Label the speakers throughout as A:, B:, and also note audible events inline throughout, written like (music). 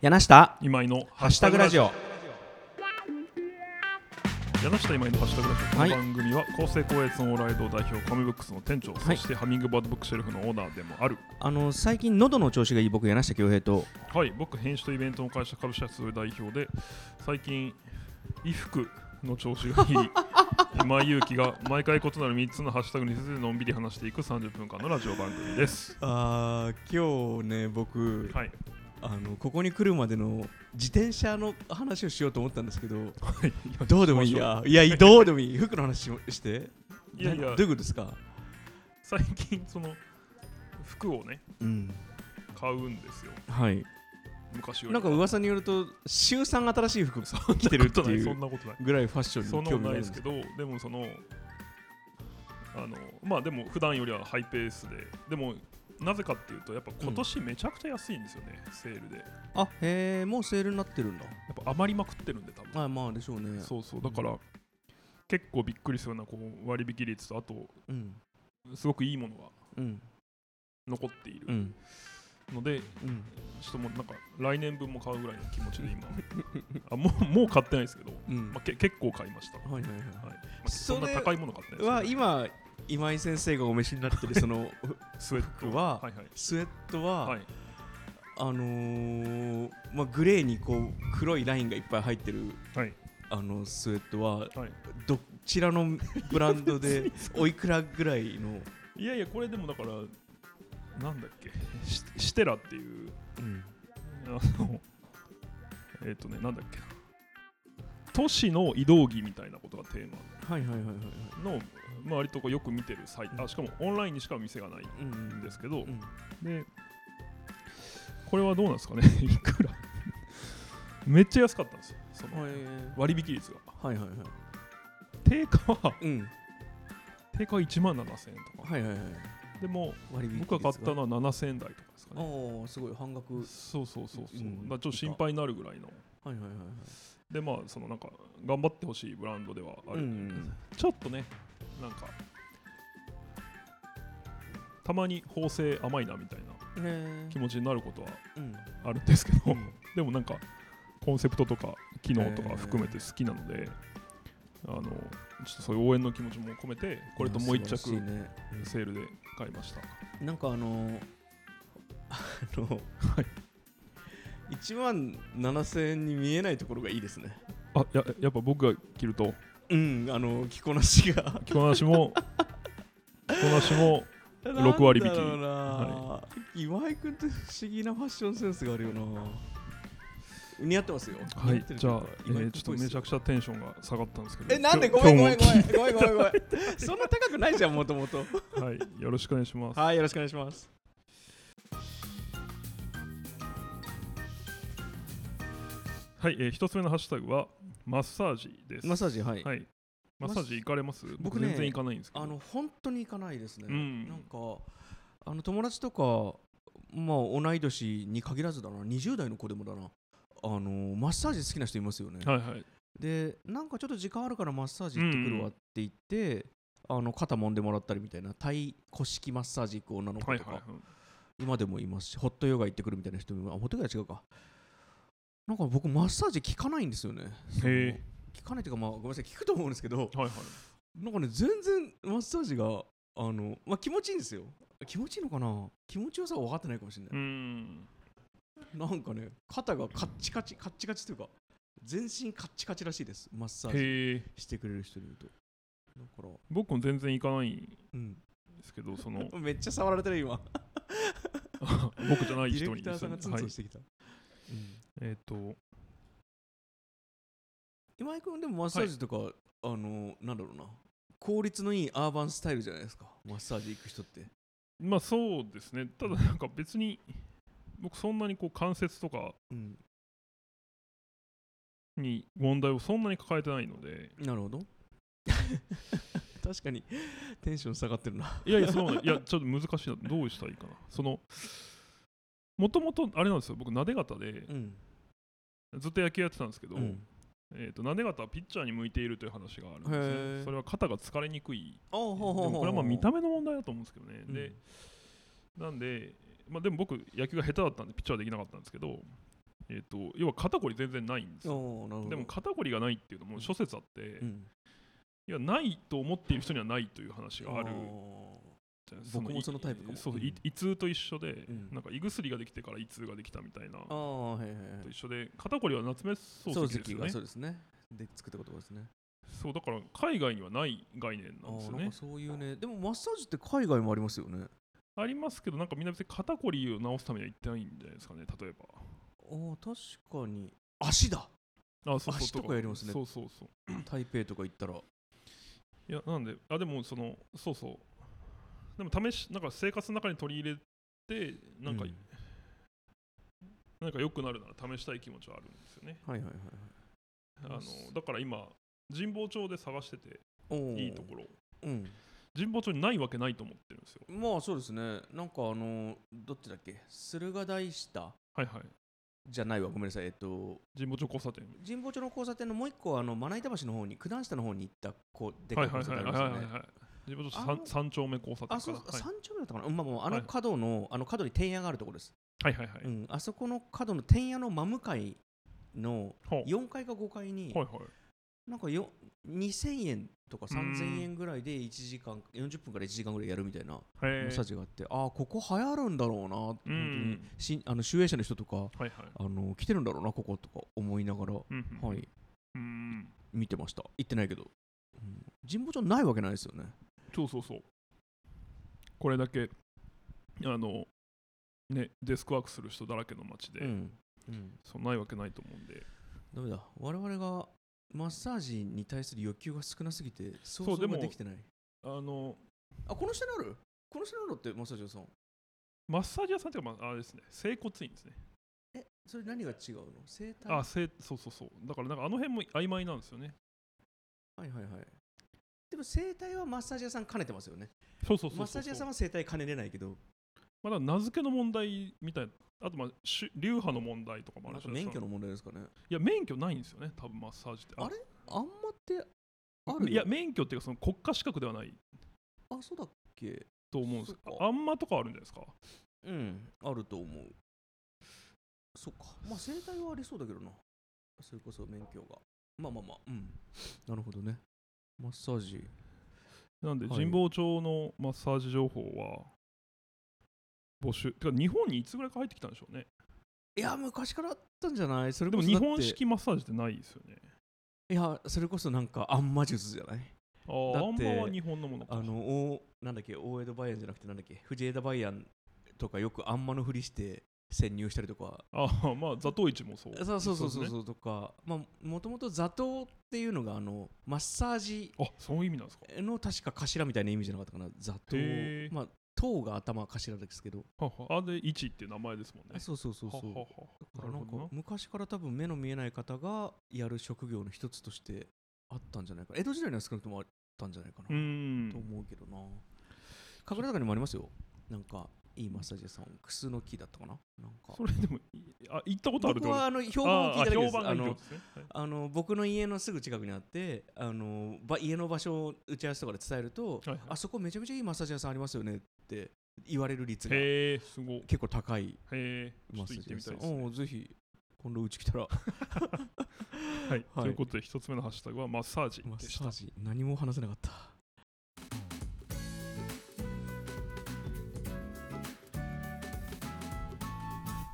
A: 柳下
B: 今井の
A: ハッシュタグラジオ
B: 柳下今井のハッシュタグラジオ、
A: はい
B: この番組は厚生光悦のオーライド代表コミブックスの店長、
A: はい
B: そしてハミングバードブックシェルフのオーナーでもある
A: あの最近喉の調子がいい僕柳下恭平と
B: はい僕編集とイベントの会社株式会社代表で最近衣服の調子がいい今井勇気が毎回異なる3つのハッシュタグについてのんびり話していく30分間のラジオ番組です
C: あー今日ね僕
B: はい
C: あのここに来るまでの自転車の話をしようと思ったんですけど
B: はい
C: どうでもいいやいやいいどうでもいい服の話しもして
B: いやい
C: など
B: や
C: ういうことですか
B: 最近その服をね
A: うん
B: 買うんですよ
A: はい
B: 昔より
C: なんか噂によると週3新しい服着てるって
B: そんなことない
C: い
B: そ
C: うん
B: なことない
C: ぐらいファッションに
B: そんなこ
C: 興
B: と
C: 味がある
B: ないで
C: ん
B: すけどでもそのあのまあでも普段よりはハイペースででもなぜかっていうとやっぱ今年めちゃくちゃ安いんですよね、セールでや
A: あへえもうセールになってるんだ
B: っぱ余りまくってるんで多分
A: あまあでしょうね
B: そうそうだから、結構びっくりするようなこう割引率とあと
A: うん
B: すごくいいものが
A: うん
B: 残っていうる
A: ん
B: ので、
A: うん
B: ちょっともうなんか来年分も買うぐらいの気持ちで (laughs) 今あもうもう買ってないですけど、
C: うん
B: まあ、け結構買いました、ま
C: はいはいはい
B: あ、そんな
C: それ
B: 高いもの買ってない
C: は
B: ですけ
C: 今今井先生がお召しになってるそ (laughs) の
B: どスウェット
C: は
B: はいはい
C: スウェットは、
B: はい
C: あのーまあ、グレーにこう黒いラインがいっぱい入ってる
B: はい
C: あのスウェットは
B: はい
C: どちらのブランド (laughs) でおいくらぐらいの、
B: いやいや、これでもだから、なんだっけ、シシテラっていう、あの、 (laughs) えっ、とね、なんだっけな、都市の移動着みたいなことがテー
C: はいはいはいはいはい、
B: マの、まあ、割とこうよく見てるサイト、あしかもオンラインにしか店がない
C: うん
B: んですすけど
C: う、ん、
B: で、これはどうなんですかね、 (laughs) いくらめっちゃ安かったんですよ、その
C: はい
B: 割引率が。
C: はいはいはい
B: 定価は、
C: うん
B: 定価は1万7000円とか、
C: はいはいはい
B: でも、
C: 割引
B: 僕が買った
C: の
B: のは7000円台とかですかね。
C: ああすごい半額はい
B: そうそうそうそう、
C: うん
B: だからちょっと心配になるぐらいの
C: はいはいはい
B: でまあそのなんか頑張ってほしいブランドではある、
C: うん
B: ちょっとねなんかたまに縫製甘いなみたいな
C: ね
B: 気持ちになることは
C: うん
B: あるんですけど、
C: うん
B: (laughs) でもなんかコンセプトとか機能と
C: え
B: か
C: ー
B: 含めて好きなので、あのちょっとそういう応援の気持ちも込めてこれともう一
C: 素晴らしい
B: 着
C: ねうん
B: セールで買いました、
C: なんかあのー、あの、1万7000円に見えないところがいいですね。
B: あややっぱ僕が着ると
C: うん、あの、着こなし (laughs) が。
B: 着こなしも (laughs) 着こなしも6割引
C: な
B: き
C: んだろうな、今井君って不思議なファッションセンスがあるよな。似合ってますよ。
B: は
C: 似合
B: い
C: って、る
B: じ
C: と
B: ゃ
C: う
B: あ
C: か、
B: え
C: 今井
B: ー
C: 君
B: ちょっ
C: ぽ
B: と
C: い
B: め
C: す
B: ち
C: よ
B: ゃくちゃテンションが下がったんですけど、
C: え、なんで
B: 今
C: ご
B: 日
C: めんご
B: 今日
C: めん
B: も
C: ごめんごめんごめんご (laughs) めん。そんな高くないじゃん、もともと。
B: はい、よろしくお願いします。
C: はい、よろしくお願いします。
B: はい、えー一つ目のハッシュタグはマッサージです。
A: マッサージはい
B: はい、マッサージ行かれます？
A: 僕
B: 僕
A: ね
B: 全然行かないんですけど。
A: あの本当に行かないですね、
B: うん
A: なんかあの友達とかまあ同い年に限らずだな20代の子でもだなあのマッサージ好きな人いますよね、
B: はいはい。
A: でなんかちょっと時間あるからマッサージ行ってくるわって言って、あの肩揉んでもらったりみたいなタイ古式マッサージ行く女の子
B: はい
A: とか、
B: はい。
A: 今でもいますしホットヨガ行ってくるみたいな人もいますあホットヨガは違うかなんか僕マッサージ効かないんですよねその
B: へ
A: 効かないっていうかまあごめんなさい効くと思うんですけど
B: はいはい。
A: なんかね全然マッサージがあの、まあ、気持ちいいんですよ気持ちいいのかな気持ちよさは分かってないかもしれな
B: う
A: い、
B: ーん。
A: なんかね肩がカッチカチカッチカチというか全身カッチカチらしいですマッサージ
B: へえ。
A: してくれる人に言うとだから
B: 僕も全然行かないんで
A: うん
B: すけど、
C: (laughs)
B: その
A: めっちゃ触られてる今
B: 僕じゃな
C: ディレ
B: い人
C: ク
B: に
C: ター
B: です
C: さ
B: よ
C: んが
B: ね。
C: ツン
B: は
C: ツ
B: い
C: ン。してきた、うん
B: えっと、
C: 今井君でもマッサージとか、あのなんだろうな効率のいいアーバンスタイルじゃないですかマッサージ行く人って
B: まあそうですね。ただなんか別に僕そんなにこう関節とか
C: うん
B: に問題をそんなに抱えてないので、
C: なる
A: (laughs)
C: ほど確かにテンション下がってるない
B: やいや、そうなんいや、ちょっと難しいな。どうしたらいいかな。その、もともと、あれなんですよ、僕、なで方で、
C: うん
B: ずっと野球やってたんですけど、
C: うん
B: えー、となで方はピッチャーに向いているという話があるんです
C: へ
B: ね。
C: ー
B: それは肩が疲れにくい。
C: あほうほう
B: で
C: ほう
B: も
C: ほう
B: これはまあ見た目の問題だと思うんですけどね。
C: うん
B: で、なんで、まあ、でも僕、野球が下手だったんで、ピッチャーはできなかったんですけど、えっ、と要は肩こり全然ないんですよ
A: おーなるほど
B: でも肩こりがないっていうのも諸説あって、
A: うん
B: いやないと思っている人にはないという話があるじゃない
A: 僕もそのタイプかも
B: そう、
A: うん
B: い胃痛と一緒で、
A: ん
B: なんか胃薬ができてから胃痛ができたみたいな
A: あーあーはいはいはい
B: と一緒で肩こりは夏目漱
A: 漱
B: 石です
A: 石
B: よね
A: が
B: そ
A: そううですねで作った言葉ですね
B: だから海外にはない概念なんですよ
A: あーな
B: ね
A: んかそういうねでもマッサージって海外もありますよね
B: ありますけどなんかみんな別に肩こりを治すためには行ってないんじゃないですかね例えば
A: あー確かに足だ
B: あそう
A: 足とかやりますね
B: そうそうそう
A: 台北とか行ったら
B: いやなんであでもそのそうそうでも試しなんか生活の中に取り入れてなんか、
A: うん
B: なんか良くなるなら試したい気持ちはあるんですよね
A: はいはいはい
B: あ
A: ま
B: の
A: す
B: だから今神保町で探してて
A: おー
B: いいところ
A: うん
B: 神保町にないわけないと思ってるんですよ
A: まあそうですねなんかあのどっちだっけ駿河台下
B: はいはい
A: じゃないわごめんなさいえっと
B: 神保町交差点
A: 神保町の交差点のもう一個あのまな板橋の方に九段下の方に行ったこうでっ
B: は
A: かい
B: いはい
A: 交差
B: は
A: 点あ
B: いは
A: り
B: い
A: ますよね
B: はいはい神保町
A: あ
B: 三
A: の
B: 三丁目交差点
A: あ
B: か
A: そう
B: らはい
A: 三丁目だったかな、うんまあ、もうあ
B: は
A: の
B: い
A: 角のあの角に天屋があるところです、
B: はいはいはい
A: うん、あそこの角の天屋の真向かいの
B: ほう
A: 4階か5階に、
B: はいはい
A: なんかよ2000円とか
B: うん
A: 3000円ぐらいで1時間40分から1時間ぐらいやるみたいなマ
B: へ
A: ッ
B: ー
A: サージがあって、ああここ流行るんだろうな本当にしあの集英社の人とか
B: はいはい
A: あの来てるんだろうなこことか思いながら、
B: うんうん
A: はい、
B: うん
A: 見てました行ってないけど、うん、神保町ないわけないですよね
B: そうそうそうこれだけあのねデスクワークする人だらけの街で、
A: うん、うん、
B: そうないわけないと思うんで
A: ダメだ我々がマッサージに対する欲求が少なすぎて想
B: そうで
A: 像
B: も
A: ができてない
B: あの
A: あこの下にあるこの下にあるのってマッサージ屋さん
B: マッサージ屋さんっていうか、まあ、あれですね整骨院ですね
A: えそれ何が違うの整体
B: あせそうそうそうだからなんかあの辺も曖昧なんですよね
A: はいはいはいでも整体はマッサージ屋さん兼ねてますよね
B: そうそうそうそう
A: マッサージ屋さんは整体兼ねれないけど
B: まあだから名付けの問題みたいなあとまあし流派の問題とかもあ
A: な
B: る
A: ん
B: し
A: か免許
B: その
A: の問題ですかね
B: いや免許ないんですよね多分マッサージって
A: あれあんまってある
B: いや免許っていうかその国家資格ではない
A: あそうだっけ
B: と思うんで
A: そ
B: す
A: っか
B: ああんまとかあるんじゃないですか
A: うんあると思うそっかまあ整体はありそうだけどなそれこそ免許がまあまあまあうんなるほどねマッサージ
B: なんで
A: はい
B: 神保町のマッサージ情報は募集てか日本にいつぐらいから入ってきたんでしょうね
A: いや、昔からあったんじゃないそれ
B: で
A: こ
B: も
A: そ
B: 日
A: だって
B: 本式マッサージってないですよね
A: いや、それこそなんか、あんま術じゃない
B: ああ
A: だ
B: あん
A: っ
B: ま
A: て
B: は日本のものか
A: あの、おなんだっけ、大江戸梅園じゃなくて、なんだっけ、藤枝梅園とかよくあんまのふりして潜入したりとか、
B: ああ (laughs) まあ座頭市もそう
A: そうそうそう
B: そ
A: そうう
B: です
A: そうとか、まあ、もともと座頭っていうのが、あの、マッサージ
B: あそういう意味なんですか
A: の確か頭みたいな意味じゃなかったかな、座頭
B: へー。
A: まあ、頭が頭頭ですけど、
B: ははあで市っていう名前ですもんね
A: そうそうそうそう。
B: は
A: だ
B: は
A: か
B: は
A: ら
B: な
A: なん
B: るほ
A: か
B: どな
A: 昔から多分目の見えない方がやる職業の一つとしてあったんじゃないかな江戸時代には少なくともあったんじゃないかな、
B: うーん
A: と思うけどな神楽坂にもありますよなんかいいマッサージ屋さんクスの木だったかななんか
B: それでもいあ行ったことある
A: 僕はあの評判を聞いただけ
B: ああ
A: で
B: 評
A: す
B: 判
A: あ
B: がいいって
A: の
B: ことですねはい
A: あの僕の家のすぐ近くにあってあのば家の場所を打ち合わせとかで伝えると、
B: はいはい
A: あそこめちゃめちゃいいマッサージ屋さんありますよねって言われる率が
B: へえすごい
A: 結構高い
B: へえちょ
A: マ
B: っ
A: ッサ
B: と
A: ージ
B: 行って
A: 屋
B: みた
A: さ
B: い
A: ん
B: ですね
A: うんぜひ今度うち来
B: (laughs)
A: たら
B: はい
A: はい
B: ということで一つ目のハッシュタグはマッサージ
A: マッ
B: でし
A: サ
B: た
A: ージ何も話せなかった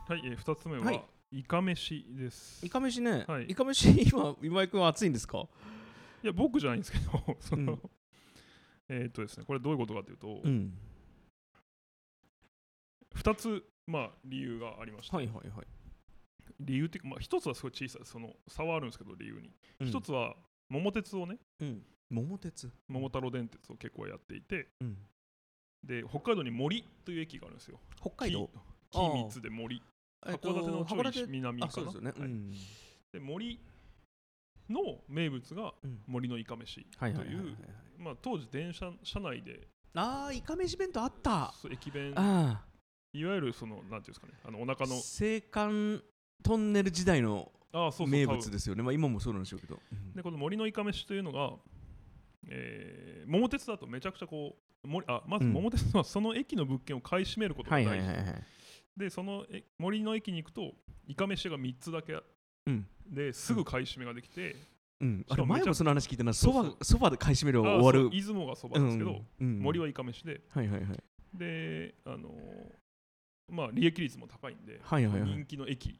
B: はい、えー、2つ目は、
A: はい
B: い、イカ飯です。
A: イ
B: い
A: カ飯ね、
B: はい
A: イカ飯今今井君は熱いんですか
B: や、僕じゃないんですけど、その、
A: うん
B: (laughs) えーっとですね、これどういうことかというと、
A: ん
B: 2つ、まあ、理由がありました。
A: はいはいはい
B: 理由っていうか、まあ、1つはすごい小さい、その差はあるんですけど、理由に。
A: うん
B: 1つは、桃鉄をね、
A: うん桃鉄
B: 桃太郎電鉄を結構やっていて、
A: うん
B: で、北海道に森という駅があるんですよ。
A: 北海道
B: き
A: ああ
B: 君津で森。
A: えっ
B: 函
A: と
B: 館のち
A: 函
B: ょい
A: 館
B: 南か
A: あ
B: な。
A: そうですよね、
B: は
A: う
B: い
A: ん
B: で、森の名物が
A: うん
B: 森のイカ飯と
A: はい
B: いう、
A: はいはいはいはい
B: まあ、当時、電車車内で
A: あーイカ飯弁当あった
B: そう駅弁
A: あ
B: いわゆるその、なんていうんですかね、あのお
A: あ
B: 腹の、
A: 青函トンネル時代の
B: ああ、そうそう、
A: 名
B: 多
A: 物
B: 分
A: ですよねまあ今もそうなんでしょうけど、うん
B: で、この森のイカ飯というのが、えー、桃鉄だとめちゃくちゃこう、森あまず
A: うん
B: 桃鉄はその駅の物件を買い占めることが
A: は
B: 大
A: い
B: 事、
A: はいはいはい
B: でそのえ森の駅に行くとイカ飯が3つだけあ
A: うん
B: ですぐ買い占めができて、
A: うん、あ
B: しか
A: れ
B: もめ
A: 前
B: ちゃ
A: もその話聞いてな
B: そ
A: そう
B: そう
A: ばそばで買い占める
B: あ
A: 終わ
B: そ
A: る
B: う出雲がそばなんですけど、
A: うんうん
B: 森はイカ飯で
A: はいはいはい
B: であのーまあ利益率も高いんで、
A: はいはいはい
B: 人気の駅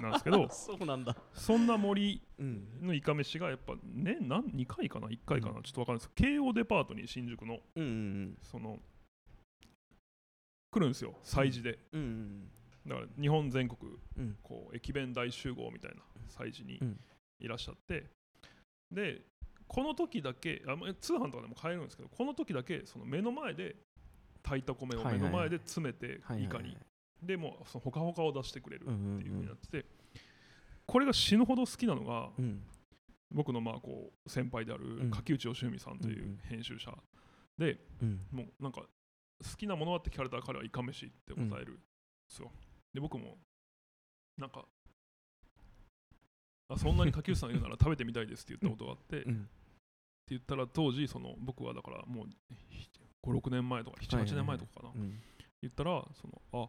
B: なんです
A: (laughs)
B: けど
A: そうなんだ
B: そんな森
A: うん
B: のイカ飯がやっぱ年何2回かな1回かなちょっとわかんないですけど京王デパートに新宿の
A: うんうん
B: その来るんですよ催事で
A: うんうん
B: だから日本全国
A: うん
B: こう駅弁大集合みたいな催事に
A: うん
B: いらっしゃってでこの時だけあまあ通販とかでも買えるんですけどこの時だけその目の前で炊いた米を
A: はいは
B: 目
A: い
B: の前で詰めて
A: はいはいはい
B: イカにでもうそのほかほかを出してくれる
A: うんうん
B: っていう風になっててこれが死ぬほど好きなのが
A: うんうん
B: 僕のまあこう先輩であ
A: う
B: る
A: ん
B: 柿内義文さんとい
A: うんう
B: うん編集者
A: うん
B: もうなんか好きなものはって聞かれたら彼はいかめしって答えるんですよ、で僕もなんかあそんなに柿内さん言うなら食べてみたいですって言ったことがあって、って
A: うん
B: 言ったら当時その僕はだからもう56年前とか
A: はいはい
B: 78年前とかかな、
A: うん
B: 言ったらそのあ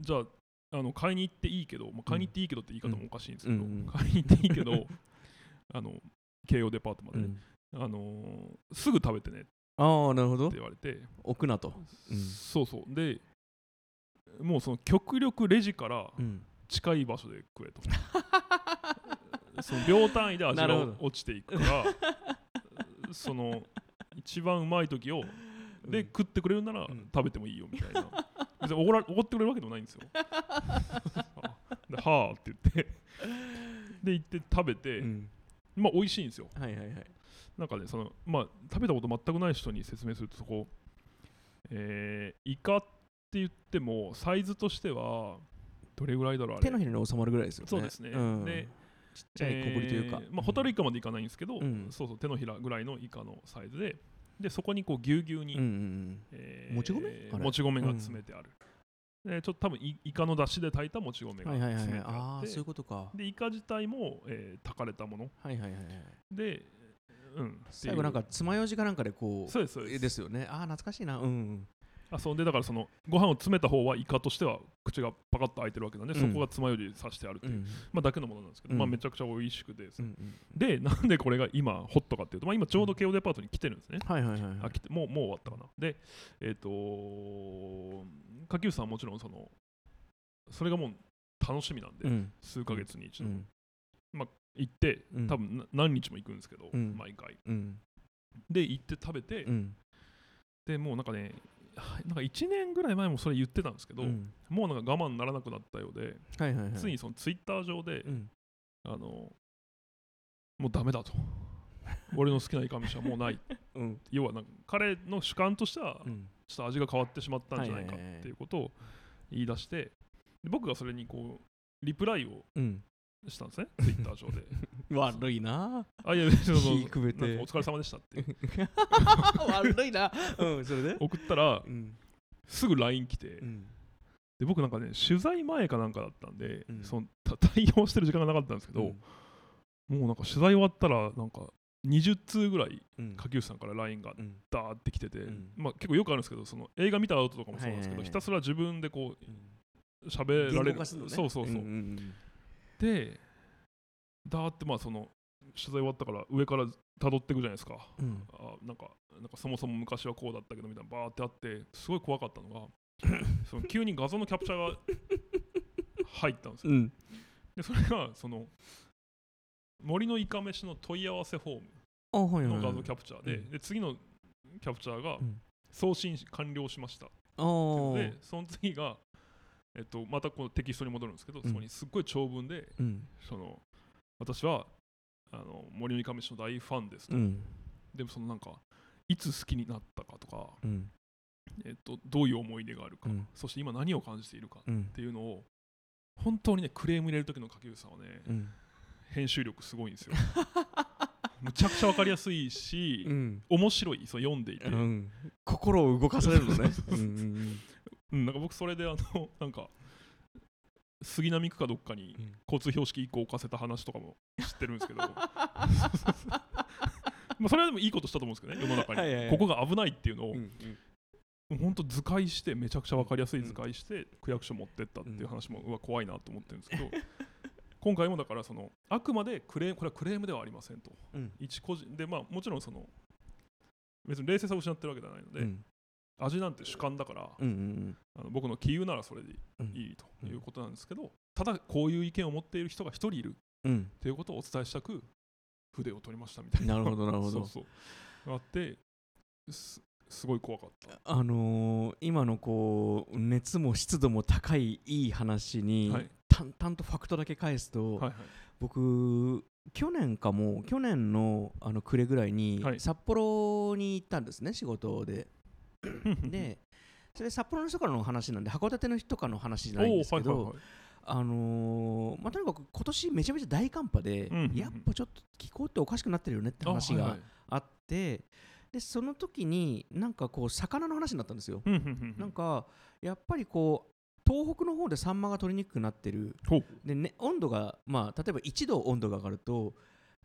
B: じゃああの買いに行っていいけど、まあ、買いに行っていいけどって言い方もおかしいんですけど、
A: うんうん
B: 買いに行っていいけどあの京王デパートま
A: う
B: で、
A: ん
B: あのすぐ食べてねって
A: ああなるほど
B: 言われて
A: 置くなとうん
B: そうそうでもうその極力レジから
A: うん
B: 近い場所で食え
A: (laughs)
B: とその秒単位で味
A: なる
B: が
A: ほど
B: 落ちていくからその一番うまい時をで、食ってくれるなら
A: うん
B: 食べてもいいよみたいな別におごらおごってくれるわけでもないんです
A: (laughs)
B: よではあって言ってで行って食べて、
A: うん
B: まあ美味しいんですよ
A: はいはいはい
B: なんかねその、まあ、食べたこと全くない人に説明するとそこ、えーイカって言ってもサイズとしてはどれぐらいだろうあれ
A: 手のひらに収まるぐらいですよね
B: そうですね、
A: ん
B: で
A: ちっちゃい小ぶりというか
B: えーまあ、ホタルイカまでいかないんですけど、
A: うん
B: そうそう手のひらぐらいのイカのサイズででそこにこうぎゅうぎゅう
A: う
B: に、
A: んうんうん
B: えー
A: もち米あれ
B: もち米が詰めてある、でちょっと多分イイカの出汁で炊いたもち米が
A: はいはいはい
B: 詰
A: はい
B: めてあ
A: あ
B: っ
A: あ
B: て、
A: そういうことか
B: でイカ自体も、えー炊かれたもの
A: はいはいはいはい
B: で、うん、っていう
A: 最後なんか爪楊枝かなんかでこ
B: そうですそう
A: う
B: です
A: ですよねああ懐かしいなうんうん
B: あそうでだからそのご飯を詰めた方はイカとしては口がパカッと開いてるわけなんで、
A: うん
B: そこが爪楊枝で刺してあるって
A: う
B: いう、
A: ん
B: まあ、だけのものなんですけど、
A: うん
B: まあ、めちゃくちゃ美味しくです、
A: うんうん
B: で (laughs) なんでこれが今ホットかっていうと、まあ、今ちょうど慶応デパートに来てるんですね、
A: はいはいはいは
B: あ
A: い
B: 来てもうもう終わったかなでえっ、と柿内さんはもちろんそのそれがもう楽しみなんで、
A: うん
B: 数ヶ月に一
A: う
B: 度
A: ん
B: 行って、
A: うん
B: 多分な何日も行くんですけど、
A: うん
B: 毎回
A: うん
B: で行って食べて、
A: うん
B: でもうなんかねなんか1年ぐらい前もそれ言ってたんですけど、
A: うん
B: もうなんか我慢ならなくなったようで、
A: はいはいはい
B: ついにそのツイッター上で、
A: うん
B: あのもうダ
A: (laughs)
B: メだと、俺の好きなイカ飯はもうない、
A: うん
B: 要はなんか彼の主観としては、
A: うん
B: ちょっと味が変わってしまったんじゃないか
A: はいはいはいはい
B: (laughs) っていうことを言い出して、で僕がそれにこうリプライを
A: うん
B: したんですね、ツイッタ
A: (laughs)
B: ー上で。
A: 悪いな
B: (laughs) あ、いや、その
A: 火くべて
B: なんかお疲れ様でしたって
A: 悪いなうんそれで
B: 送ったら、
A: うん
B: すぐ LINE 来て
A: う、ん
B: で僕なんかね、取材前かなんかだったんで、
A: うん
B: そのた (laughs) 対応してる時間がなかったんですけど、もうなんか取材終わったらなんか20通ぐらい
A: うん
B: 柿内さんから LINE が
A: うん
B: ダーってきてて、
A: ん
B: まあ、結構よくあるんですけどその映画見た後とかもそうなんですけど、
A: はいはいはい
B: ひたすら自分でこ
A: うん
B: う喋られ
A: 言
B: る
A: 語化するのね
B: そうそうそう、
A: んんん
B: でダーってまあその取材終わったから上から辿っていくじゃないですか
A: うん
B: あなんかなんかそもそも昔はこうだったけどみたいなバーってあってすごい怖かったの
A: (laughs)
B: がその急に画像のキャプチャーが入ったんですよ
A: うん
B: でそれがその森のいかめしの問い合わせフォーム
A: あはいはい
B: の
A: は
B: 画
A: い
B: 像キャプチャーで,、
A: うん
B: で次のキャプチャーが
A: うん
B: 送信完了しました、
A: あー
B: でその次が、えっと、またこのテキストに戻るんですけど、
A: うん
B: そこにすっごい長文で
A: うん
B: その私はあの森のいかめしの大ファンですと、
A: うん
B: でもそのなんかいつ好きになったかとか、
A: うん
B: えっと、どういう思い出があるか、
A: うん
B: そして今何を感じているかっ
A: うん
B: ていうのを本当にねクレーム入れる時の柿内さんはね
A: うん
B: 編集力すごい
A: (laughs)
B: んですよむちゃくちゃ分かりやすいし、
A: うん
B: 面白いそう読んでいて、
A: うん心を動かされ (laughs) るのねうんうん
B: うん、なんか僕それであの (laughs) なんか杉並区かどっかに
A: うん
B: 交通標識1個置かせた話とかも知ってるんです
A: (laughs)
B: けどまあそれはでもいいことしたと思うんですけどね世の中に、
A: はいはいはい
B: ここが危ないっていうのを、
A: うんうん
B: 本当図解してめちゃくちゃ分かりやすい図解して区役所持ってったっていう話も、うわ怖いなと思ってるんですけど今回もだからそのあくまでクレームこれはクレームではありませんと、
A: うん
B: 一個人でまあもちろんその別に冷静さを失ってるわけではないので、
A: うん
B: 味なんて主観だから、
A: うんうん
B: あの僕の杞憂ならそれでいいということなんですけど、ただこういう意見を持っている人が一人いる
A: うん
B: っていうことをお伝えしたく筆を取りましたみたいな
A: なるほどなるほど
B: そうそうあってすすごい怖かった
A: あのー今のこう熱も湿度も高いいい話に、
B: はい
A: 淡々とファクトだけ返すと、
B: はいはい
A: 僕去年かも去年のあの暮れぐらいに、
B: はい
A: 札幌に行ったんですね仕事
B: (laughs)
A: ででそれ札幌の人からの話なんで函館の人とかの話じゃないんですけど、
B: おーはいはいはい
A: あのーまあ、とにかく今年めちゃめちゃ大寒波で、
B: うんうんうん
A: やっぱちょっと気候っておかしくなってるよねって話
B: あは
A: が
B: いはい
A: あって、でその時になんかこう魚の話になったんですよ、
B: うんうんうんうん
A: なんかやっぱりこう東北の方でサンマが取りにくくなってる
B: ほう
A: で、ね、温度が、まあ、例えば1度温度が上がると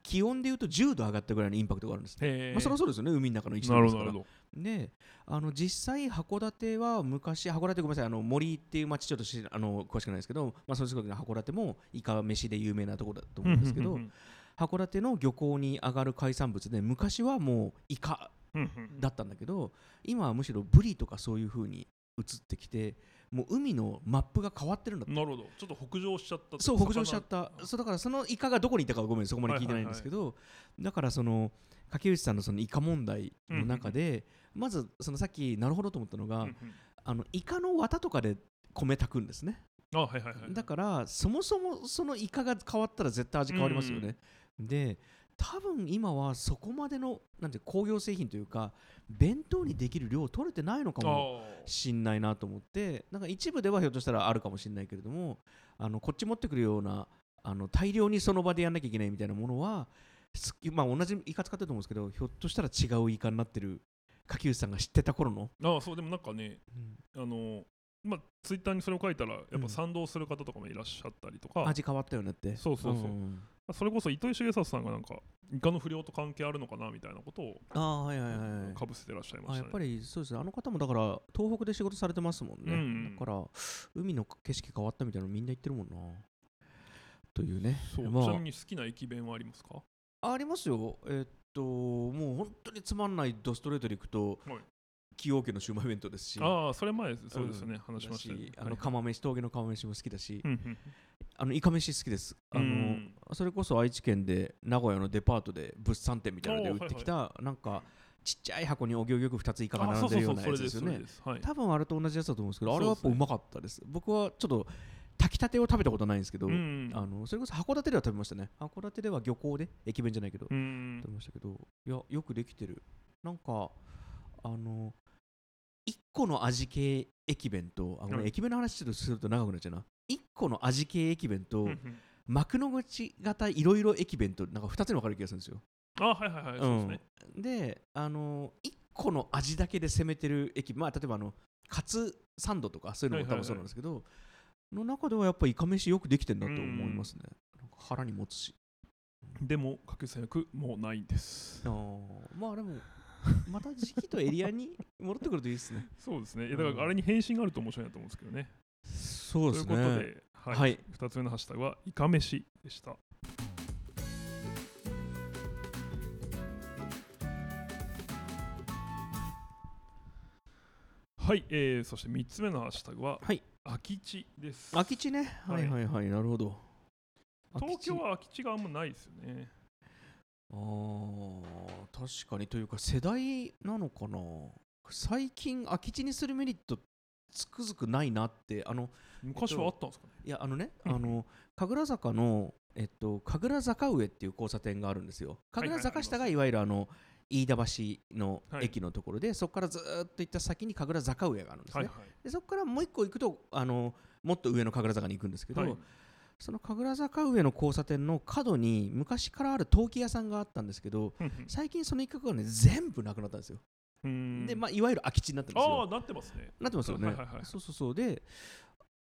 A: 気温でいうと10度上がったぐらいのインパクトがあるんです、
B: へー
A: まあ、それはそうですよね海の中の1
B: な
A: 度
B: る
A: です
B: ほ
A: か
B: どな
A: ら
B: るほど
A: であの実際函館は昔函館ごめんなさいあの森っていう町ちょっとしあの詳しくないですけど、まあ、そういうことで函館もイカ飯で有名なところだと思うんですけど、
B: うんうん
A: 函館の漁港に上がる海産物で昔はもうイカ
B: うんうん
A: だったんだけど今はむしろブリとかそういう風に移ってきてもう海のマップが変わってるんだ
B: なるほどちょっと北上しちゃった
A: そう北上しちゃっ
B: 魚
A: たそうだからそのイカがどこにいたかはごめんそこまで聞いてないんですけど、だからその竹内さんのそのイカ問題の中で、まずそのさっきなるほどと思ったのが、
B: うんうん
A: あのイカの綿とかで米炊くんですね
B: あはいはいはい
A: だからそもそもそのイカが変わったら絶対味変わりますよね、で多分今はそこまでのなんて工業製品というか弁当にできる量取れてないのか
B: あ
A: もしんないなと思ってなんか一部ではひょっとしたらあるかもしれないけれどもあのこっち持ってくるようなあの大量にその場でやんなきゃいけないみたいなものはすまあ、同じイカ使ってると思うんですけどひょっとしたら違うイカになってる柿内さんが知ってた頃の、
B: ーあーそうでもなんかねあのまあツイッターにそれを書いたらやっぱ賛同する方とかもいらっしゃったりとか、
A: 味変わったよねって
B: そうそうそうんそれこそ糸井重里さんがなんかイカの不良と関係あるのかなみたいなことを
A: ああはいはいはいはい
B: かぶせてらっしゃいま
A: あ
B: し
A: や
B: た
A: っ
B: ね
A: ぱ。りそうですねあの方もだから東北で仕事されてますもんね、
B: うん
A: だから海の景色変わったみたいなのみんな言ってるもんなというね
B: そう
A: まあ
B: ちなみに好きな駅弁はありますか
A: ありますよえっともう本当につまんないドストレートでいくと
B: はい
A: 崎陽家のシウマイ弁当ですし
B: ああ、それ前、そうですよね、話しま
A: だ
B: したよね
A: しあの釜飯峠の釜飯も好きだし、 (laughs)
B: うんうん
A: あのイカ飯好きですあの、
B: うん
A: それこそ愛知県で名古屋のデパートで物産展みたいなので
B: お
A: 売っ
B: ー
A: てきた、なんかちっちゃい箱にお行儀よく2つイカが
B: あ
A: 並
B: そ
A: ん
B: う
A: で
B: そう
A: るような
B: そうそ
A: や
B: れ
A: つで
B: ですす
A: よ
B: それ
A: ね
B: です。はい。
A: 多分あれと同じやつだと思うんですけど、あれはやっ
B: そ
A: ぱう
B: うですね
A: まかったです。僕はちょっと炊きたてを食べたことないんですけど、
B: うん
A: あのそれこそ函館では食べましたね。函館では漁港で、駅弁じゃないけど、
B: うん
A: 食べましたけど、いや、よくできてる。なんか、あの、1個の味系駅弁と、あごめん
B: はい
A: 駅弁の話ちょっとすると長くなっちゃうな。1個の味系駅弁と、
B: うんうん
A: 幕の口型いろいろ駅弁と、なんか2つに分かれる気がするんですよ。
B: あはいはいはい、そうですね。
A: うんであの1個の味だけで攻めてる駅まあ例えばあのカツサンドとかそういうのも
B: は
A: 多
B: いはいはい
A: 分そうなんですけど、の中ではやっぱイカ飯よくできてんだと思いますね、なんか腹に持つし
B: でも、下級戦役、もうないんです
A: あ。ーまあでもまた時期とエリア (laughs) に戻ってくるといいですね
B: そうですね。いやだから、あれに返信があると面白いなと思うんですけどね。
A: そ
B: ということで、
A: はい、
B: はい。2つ目のハッシュタグは、イカ飯でした。はい、えー、そして3つ目のハッシュタグは、
A: はい
B: 空き地です。
A: 空き地ね
B: は
A: はいいはいはいなるほど
B: 東京
A: は
B: は空き地があんまないですよね。
A: あー確かにというか世代なのかな最近空き地にするメリットつくづくないなってあの
B: 昔はあったんですかね。
A: いやあのね、
B: うん
A: あの神楽坂の、えっと、神楽坂上っていう交差点があるんですよ
B: いはい
A: 神楽坂下がいわゆるあの飯田橋の
B: はい
A: 駅のところで、そこからずーっと行った先に神楽坂上があるんですね、
B: はいは
A: でそこからもう一個行くとあのもっと上の神楽坂に行くんですけ
B: い。
A: ど、
B: はい、
A: その神楽坂上の交差点の角に昔からある陶器屋さんがあったんですけど最近その一角がね全部なくなったんですよ、
B: うん
A: で、まあ、いわゆる空き地になってるんです
B: あ
A: よ
B: あ、なってますね。
A: なってますよね、
B: はいはいはい
A: そうそうそうで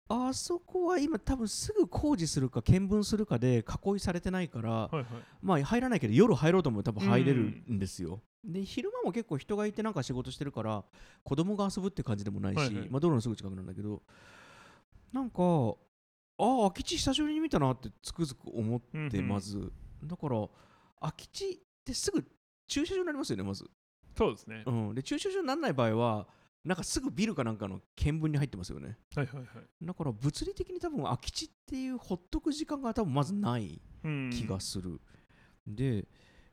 A: あそこは今多分すぐ工事するか見分するかで囲いされてないから、
B: はいはい
A: まあ入らないけど夜入ろうと思えば多分入れるんですよ、で昼間も結構人がいてなんか仕事してるから子供が遊ぶって感じでもないし、
B: はいはい
A: まあ、道路のすぐ近くなんだけどなんかああ空き地久しぶりに見たなってつくづく思っ
B: うんう
A: て
B: ん
A: まず、だから空き地ってすぐ駐車場になりますよねまず、
B: そうですね、
A: うん、で駐車場にならない場合はなんかすぐビルかなんかの見分に入ってますよね
B: はいはいはい
A: だから物理的に多分空き地っていうほっとく時間が多分まずない
B: うん
A: 気がする、で、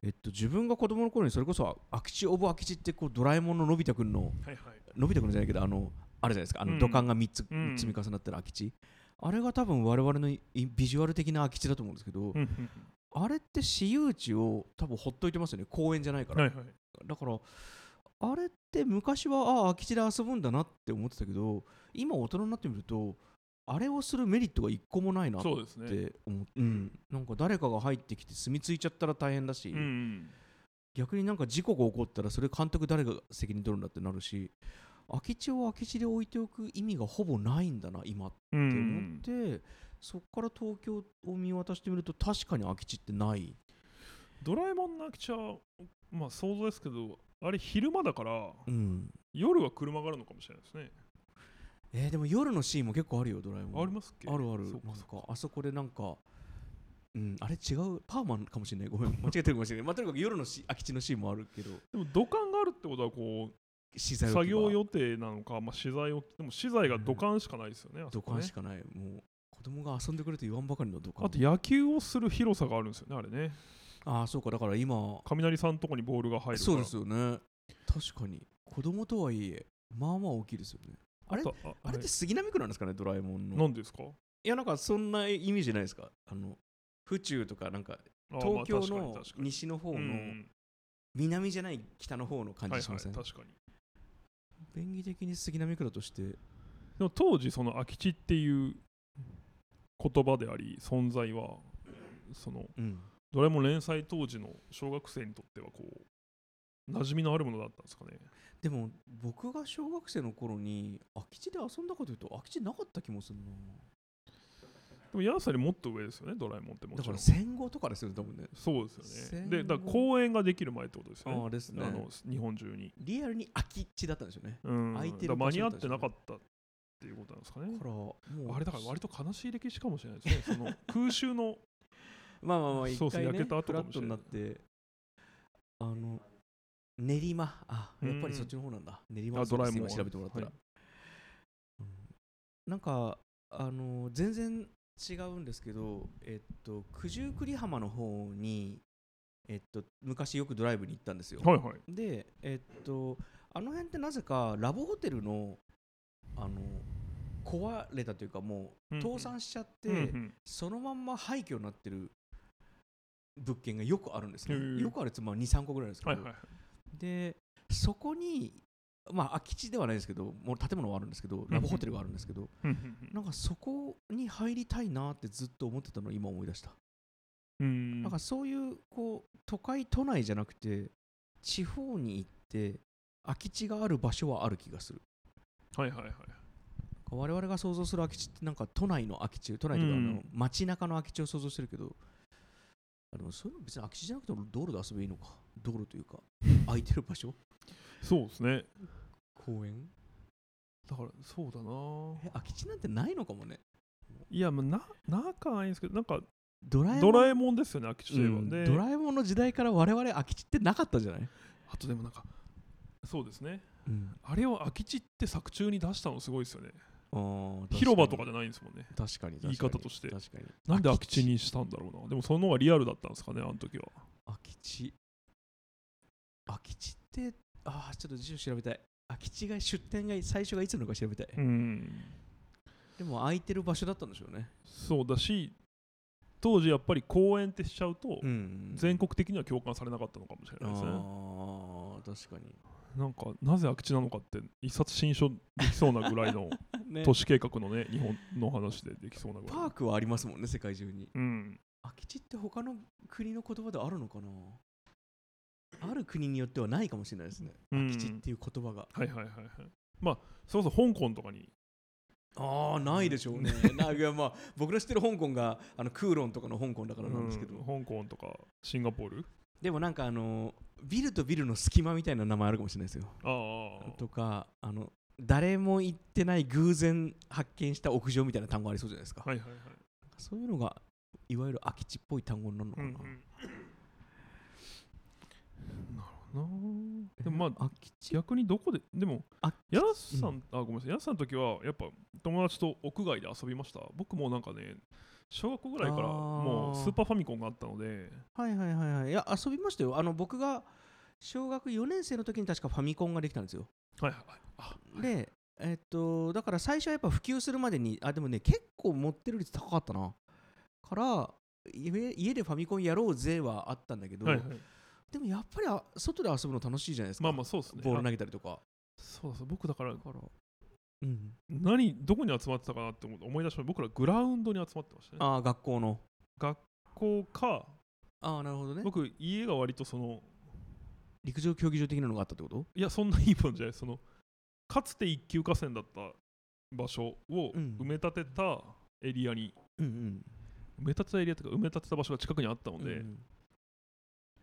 A: えっと、自分が子供の頃にそれこそ空き地オブ空き地ってこうドラえもんののび太くんの
B: はいはい
A: のび太くんじゃないけどあのあれじゃないですかあ
B: う
A: の
B: ん
A: 土管が3つ、
B: うん
A: 積み重なってる空き地あれが多分我々のいビジュアル的な空き地だと思うんですけど、
B: うんうん
A: あれって私有地を多分ほっといてますよね公園じゃないか
B: うん
A: ら、
B: はいはい
A: だからあれって昔はああ空き地で遊ぶんだなって思ってたけど今大人になってみるとあれをするメリットが一個もないなって
B: そうです
A: っ
B: ね
A: て思って、うん、なんか誰かが入ってきて住み着いちゃったら大変だし、
B: うんうん
A: 逆になんか事故が起こったらそれ監督誰が責任取るんだってなるし空き地を空き地で置いておく意味がほぼないんだな今って
B: うんう
A: 思っ
B: ん
A: て、そっから東京を見渡してみると確かに空き地ってない
B: ドラえもんの空き地はまあ想像ですけどあれ昼間だから
A: うん
B: 夜は車があるのかもしれないですね、
A: えーでも夜のシーンも結構あるよドラえもん
B: ありますっけ
A: あるあるな
B: そうんかそう
A: かあそこでなんかうん、あれ違うパーマンかもしれないごめん間違 (laughs) えてるかもしれない、まあ、とにかく夜のし空き地のシーンもあるけど
B: でも土管があるってことはこう
A: 資材置き場
B: 作業予定なのか、まあ、資材をでも資材が土管しかないですよね。あ
A: 土
B: そこね
A: 管しかない、もう子供が遊んでくれと言わんばかりの土管
B: あと野球をする広さがあるんですよね、あれね。
A: ああそうかだから今
B: 雷さんのとこにボールが入るから。
A: そうですよね確かに子供とはいえまあまあ大きいですよねあれ
B: とあ
A: あれって杉並区なんですかねドラえもんの
B: 何ですか
A: いやなんかそんなイメージないですかあの府中とかなんか
B: あー
A: 東京
B: まあ
A: の
B: 確かに
A: 西の方
B: 確かにう
A: の
B: ん
A: 南じゃない北の方の感
B: は
A: じ
B: い
A: し
B: はい、
A: ません、
B: 確かに。
A: 便宜的に杉並区だとして
B: でも当時、その空き地っていう言葉であり、存在は、その
A: うん
B: ドラえもん連載当時の小学生にとっては、こう、馴染みのあるものだったんですかね。
A: でも僕が小学生の頃に空き地で遊んだかというと空き地なかった気もするな
B: でも、ヤンさんよりもっと上ですよね、ドラえもんっても
A: だ
B: ち
A: か
B: ろん
A: ら。戦後とかですよね多分ね
B: そうですよね。で、
A: 戦
B: だから公園ができる前ってことですよね。
A: ああですね
B: あの日本中に。
A: リアルに空き地だったんですよね。
B: うん、
A: 空いてる
B: だから間
A: 場所
B: に合
A: だっ
B: っ
A: たんで
B: て
A: すね
B: なかったっていうことなんですか
A: だ
B: ね
A: か。ら、もう
B: あれだから割と悲しい歴史かもしれないですね。 (laughs) その空襲の、
A: まあまあまあ、
B: そう
A: 一
B: そう
A: 回、ね、
B: 焼けた後
A: フ
B: か
A: ラ
B: も
A: ッ
B: し
A: ト
B: れ
A: に
B: な
A: ないって、あの、練馬、あ、やっぱりそっちの方なんだ。練馬
B: あ
A: そうです
B: ドラえもんは
A: 今調べてもらったら。
B: はい
A: うんなんか、あの、全然違うんですけど、えっと、九十九里浜の方に、えっと、昔よくドライブに行ったんですよ。
B: はいはい。
A: でえっとあの辺ってなぜかラブホテルのあの壊れたというかもう
B: うんうん
A: 倒産しちゃって、
B: うんうん
A: そのまんま廃墟になってる物件がよくあるんです
B: へ
A: ね
B: ー
A: よくあるやつまあ23個ぐらいですけど、
B: はいはい。
A: でそこにまあ空き地ではないですけどもう建物はあるんですけどラブホテルがあるんですけど、
B: うんうん
A: なんかそこに入りたいなってずっと思ってたのを今思い出した
B: うん
A: なんかそういうこう都会都内じゃなくて地方に行って空き地がある場所はある気がする
B: はいはいはい。
A: なんか我々が想像する空き地ってなんか都内の空き地都内というかあ
B: うん
A: の街中の空き地を想像してるけどあでもそういうの別に空き地じゃなくても道路で遊べばいいのか道路というか空いてる場所
B: そうですね。
A: 公園
B: だからそうだな。
A: え空き地なんてないのかもね
B: いや、まあ、な、なかないんですけど、なんか
A: ドラえも
B: ド
A: ん
B: ラえもんですよね、空き地といえば。
A: うん
B: で
A: ドラえもんの時代から我々空き地ってなかったじゃない、
B: あとでもなんか、そうですね。
A: うん、
B: あれを空き地って作中に出したのすごいですよね。
A: あー
B: 広場とかじゃないんですもんね。
A: 確かに確か
B: 言
A: に
B: い方として
A: 確かに
B: なんで空き地にしたんだろうな。でもその方がリアルだったんですかね、あの時は。
A: 空き地空き地ってああちょっと辞書調べたい空き地が出店が最初がいつなのか調べたい、
B: うん。
A: でも空いてる場所だったんでしょうね
B: そうだし当時やっぱり公演ってしちゃうと、
A: ん
B: 全国的には共感されなかったのかもしれ
A: あ
B: ないですね
A: あ確か
B: なんかなぜ空き地なのかって一冊新書できそうなぐら
A: (laughs)
B: いの
A: に、ね
B: 都市計画のね日本の話でできそうなぐらい
A: パークはありますもんね世界中に
B: うん
A: 空き地って他の国の言葉であるのかなある国によってはないかもしれないですね、
B: うん
A: 空き地っていう言葉が
B: はいはいはいはいまあそれこそ香港とかに
A: ああないでしょう
B: (laughs)
A: ね。なんかまあ僕の知ってる香港があのクーロンとかの香港だからなんですけど、
B: うん香港とかシンガポール
A: でもなんかあのビルとビルの隙間みたいな名前あるかもしれないですよ。
B: ああ
A: とかあの誰も行ってない偶然発見した屋上みたいな単語ありそうじゃないですか。
B: はいはいはい、
A: そういうのがいわゆる空き地っぽい単語になるのかな。
B: うんうんなるほどなでもまあ
A: 空き地
B: 逆にどこででも
A: あ
B: ヤスさん、あごめんなさいヤスさんの時はやっぱ友達と屋外で遊びました僕もなんかね小学校ぐらいから
A: あー
B: もうスーパーファミコンがあったので
A: はいはいはいはい。いや遊びましたよ。あの僕が小学4年生の時に確かファミコンができたんですよ。
B: はいはいはいあ
A: で、えっと、だから最初はやっぱ普及するまでに、あ、でもね、結構持ってる率高かったな。から、家家でファミコンやろうぜはあったんだけど、
B: はいはい
A: でもやっぱりあ外で遊ぶの楽しいじゃないですか。
B: まあまあそうですね
A: ボール
B: あ
A: 投げたりとか。
B: そうそう僕だから
A: だから、うん。
B: 何どこに集まってたかなって思う思い出したの僕らグラウンドに集まってましたね
A: ああ、学校の。
B: 学校か
A: ああ、なるほどね。
B: 僕家が割とその
A: 陸上競技場的なのがあったってこと
B: いやそんないいもんじゃないそのかつて一級河川だった場所を
A: うん
B: 埋め立てたエリアに、
A: うんうん。
B: 埋め立てたエリアというか埋め立てた場所が近くにあったので、
A: うんうん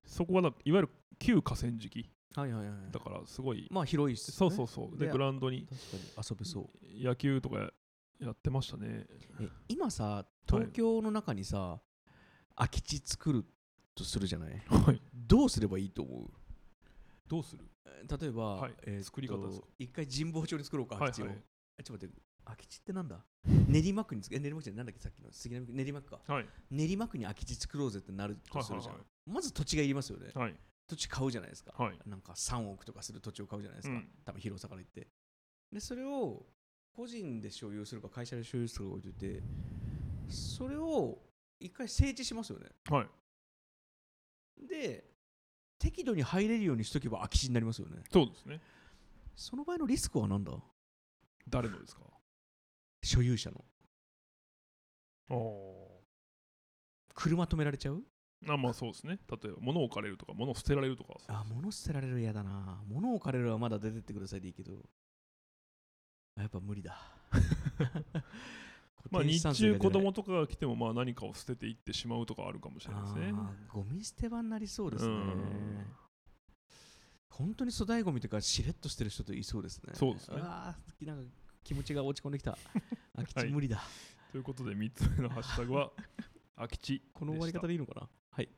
B: そこはなんかいわゆる旧河川敷
A: はいはいはい。
B: だからすごい、
A: まあ広いっす、ね。。
B: そうそううそうで
A: で
B: グラウンドに
A: 確かに遊べそう。
B: 野球とかややってましたね
A: え今さ東京の中にさ、空き地作るとするじゃない
B: はい
A: どうすればいいと思う
B: どうする
A: えー例えば、
B: はい
A: えーっと
B: 作り方ですか
A: 一回神保町に作ろうか
B: は
A: 空
B: い
A: き地を、
B: はい
A: あちょっと待って空き地ってなんだ練馬区に作え練馬区じゃないなんだっけさっきの杉並区練馬区か
B: はい
A: 練馬区に空き地作ろうぜってなるとするじゃん、まず土地がいりますよね
B: はいはい
A: 土地買うじゃないですか、
B: はいはい
A: なんか3億とかする土地を買うじゃないですか、
B: うん
A: 多分広さから言ってでそれを個人で所有するか会社で所有するか置いといてそれを一回整地しますよね
B: はい
A: で適度に入れるようにしとけば空き地になりますよね
B: そうですね
A: その場合のリスクは何だ
B: 誰のですか
A: 所有者の
B: あ
A: 車止められちゃう
B: あまあそうですね例えば物を置かれるとか物を捨てられるとか
A: あ物捨てられる嫌だな物置かれるはまだ出てってくださいでいいけどあやっぱ無理
B: (laughs)
A: だ
B: まあ、
A: 固定
B: 日
A: 資産税
B: 中
A: が出ない
B: 子供とかが来てもまあ何かを捨てていってしまうとかあるかもしれないですね。
A: あーゴミ捨て場になりそうですね
B: うん。
A: 本当に粗大ゴミとかしれっとしてる人といそうですね。
B: そうですね
A: わーなんか気持ちが落ち込んできた。空き
B: は
A: 地
B: い
A: 無理だ。
B: ということで3つ目のハッシュタ
A: (laughs)
B: グは空き地
A: この終わり方
B: で
A: でいいのかなはい。
B: し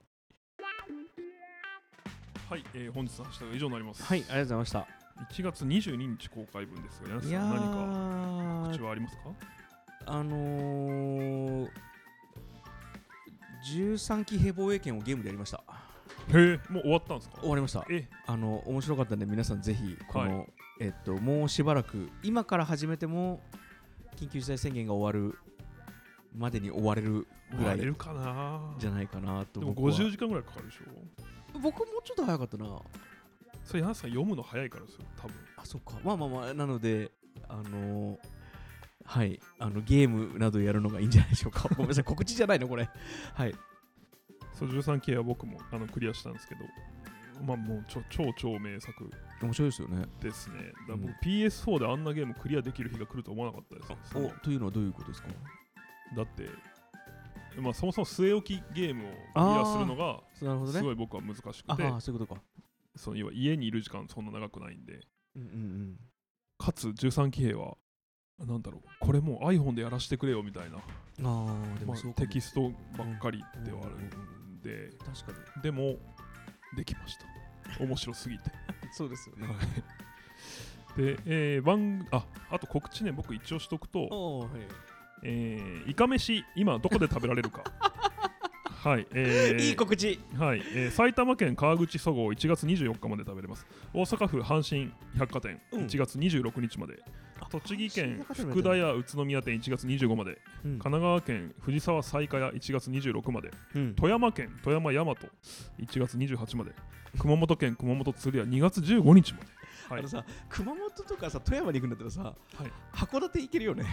B: たはい、えー本日のハッシュタグは以上になります。
A: はい、ありがとうございました。
B: 1月22日公開分ですが、皆
A: いや
B: さん何か
A: ー
B: 告知はありますか
A: あのー、13期平防衛権をゲームでやりました。
B: へえ、もう終わったんですか
A: 終わりました。
B: え、
A: あの面白かったんで皆さんぜひこの、えっともうしばらく今から始めても緊急事態宣言が終わるまでに終われるぐ
B: 終わ
A: ら
B: れ
A: い
B: るかな
A: じゃないかなと
B: でも
A: 僕は
B: 50時間ぐらいかかるでしょ
A: 僕もうちょっと早かったな
B: それ、皆さん読むの早いからですよ、多分。
A: あそっかまあまあまあなのであのーはいあのゲームなどやるのがいいんじゃないでしょうか (laughs) ごめんなさい告知じゃないのこれはい
B: そう、13K は僕もあのクリアしたんですけど、まあもうちょ超超名作
A: 面白いですよね
B: ですね。だから
A: うん
B: 僕 PS4 であんなゲームクリアできる日が来ると思わなかったですよそ
A: お
B: の。
A: というのはどういうことですか
B: だって、まあ、そもそも据え置きゲームをクリアするのが
A: なるほど
B: す
A: ね
B: ごい僕は難し
A: あ
B: くて、
A: あそういうことか
B: その要は家にいる時間そんな長くないんで、
A: うんうん
B: かつ13騎兵は、なんだろう、これもう iPhone でやらせてくれよみたいな、
A: うんああでも
B: まあ
A: そう、か
B: テ
A: も
B: キストばっかりではあるんで、
A: 確かに
B: でも、できました。面白すぎて。
A: そうですよね
B: で、えー番ああと告知ね、僕一応しとくと、
A: おーはい
B: えー、いかめし、今どこで食べられ
A: (laughs)
B: るか。はい、えー
A: いい告知
B: はい、えー埼玉県川口そごう1月24日まで食べれます大阪府阪神百貨店
A: うん
B: 1月26日まで、栃木県福田屋宇都宮店1月25まで、
A: うん
B: 神奈川県藤沢西花屋1月26まで
A: うん
B: 富山県富山大和1月28まで熊本県熊本鶴屋2月15日まで
A: あのさ熊本とかさ富山に行くんだったらさ、
B: はい
A: 函館行けるよね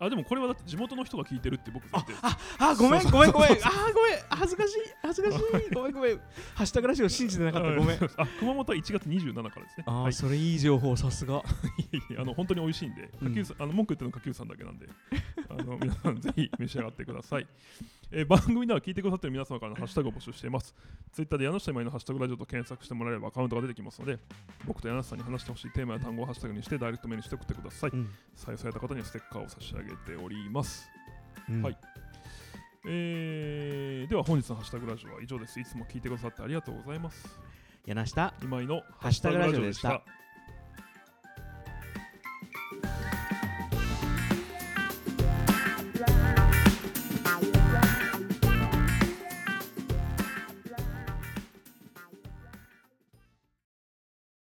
B: あでもこれはだって地元の人が聞いてるって僕前提です
A: あごめん
B: (laughs) そう
A: ごめんごめんあーごめん恥ずかしい恥ずかしいごめんごめんハッシュタグラジオ信じてなかったごめん
B: あ熊本は1月27からですね
A: あー、
B: はい、
A: それいい情報さすが
B: あの本当に美味しいんで、
A: うん
B: 下級さんあの文句言ってるのは下級さんだけなんで、 (laughs) あの皆さんぜひ召し上がってください。えー番組では聞いてくださってる皆様からのハッシュタグを募集しています。ツイッターで矢野下今井のハッシュタグラジオと検索してもらえればアカウントが出てきますので、僕と柳下さんに話してほしいテーマや単語をハッシュタグにしてダイレクトメールにして送ってください。
A: うん
B: 採用された方にはステッカーを差し上げております。
A: うん
B: はいえーでは本日のハッシュタグラジオは以上です。いつも聞いてくださってありがとうございます。
A: 柳下
B: 今井の
A: ハッシュタグラジオでした。